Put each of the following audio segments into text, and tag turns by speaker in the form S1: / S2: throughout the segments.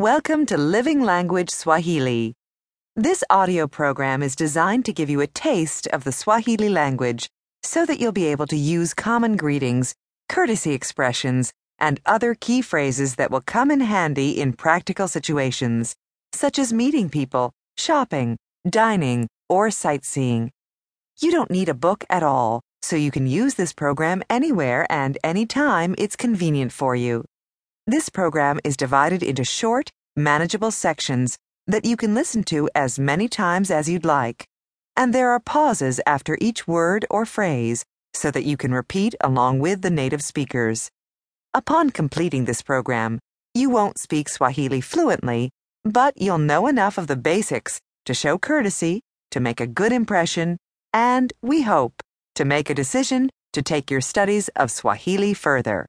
S1: Welcome to Living Language Swahili. This audio program is designed to give you a taste of the Swahili language so that you'll be able to use common greetings, courtesy expressions, and other key phrases that will come in handy in practical situations, such as meeting people, shopping, dining, or sightseeing. You don't need a book at all, so you can use this program anywhere and anytime it's convenient for you. This program is divided into short, manageable sections that you can listen to as many times as you'd like. And there are pauses after each word or phrase so that you can repeat along with the native speakers. Upon completing this program, you won't speak Swahili fluently, but you'll know enough of the basics to show courtesy, to make a good impression, and, we hope, to make a decision to take your studies of Swahili further.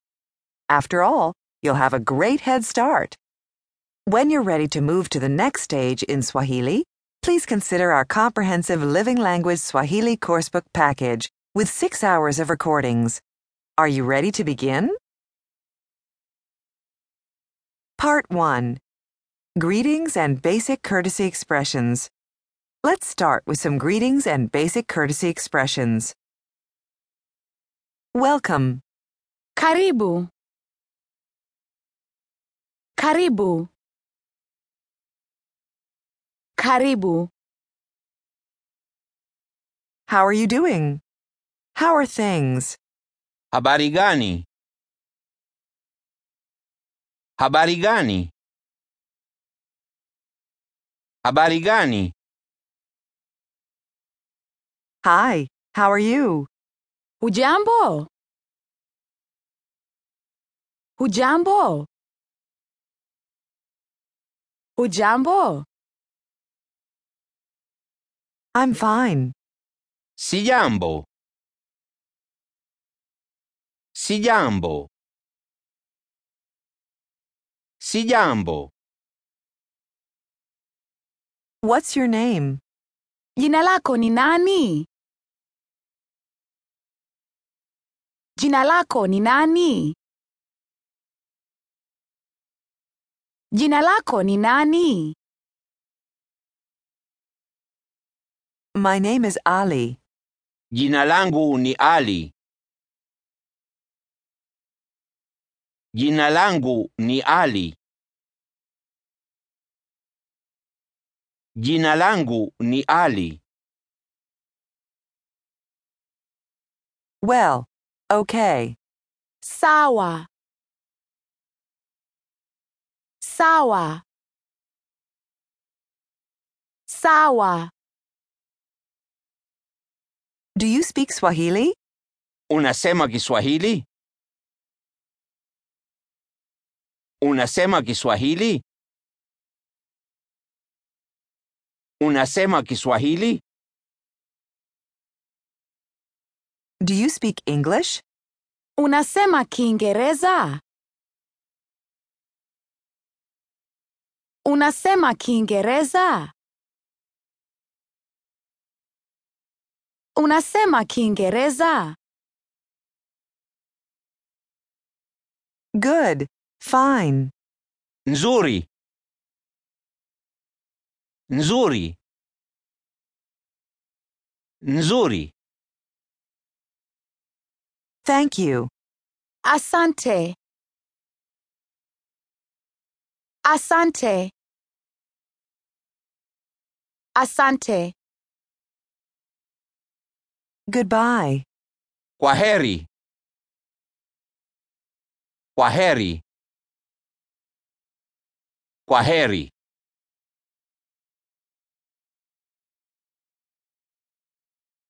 S1: After all, you'll have a great head start. When you're ready to move to the next stage in Swahili, please consider our comprehensive Living Language Swahili Coursebook package with six hours of recordings. Are you ready to begin? Part 1 Greetings and Basic Courtesy Expressions. Let's start with some greetings and basic courtesy expressions. Welcome.
S2: Karibu. Karibu. Karibu.
S1: How are you doing? How are things?
S3: Habari gani? Habari gani? Habari gani?
S1: Hi, how are you?
S2: Hujambo? Hujambo? Hujambo?
S1: I'm fine.
S3: Sijambo. Sijambo. Sijambo.
S1: What's your name?
S2: Jina lako ni nani? Jina lako ni nani? Jina lako ni nani?
S1: My name is Ali.
S3: Jina langu ni Ali. Jina langu ni Ali. Jina langu ni Ali.
S1: Well, okay.
S2: Sawa. Sawa. Sawa.
S1: Do you speak Swahili?
S3: Unasema Kiswahili? Unasema Kiswahili? Unasema Kiswahili?
S1: Do you speak English?
S2: Unasema Kiingereza? Unasema Kiingereza? Unasema Kiingereza?
S1: Good. Fine.
S3: Nzuri. Nzuri. Nzuri.
S1: Thank you.
S2: Asante. Asante. Asante.
S1: Goodbye.
S3: Kwaheri. Kwaheri. Kwaheri.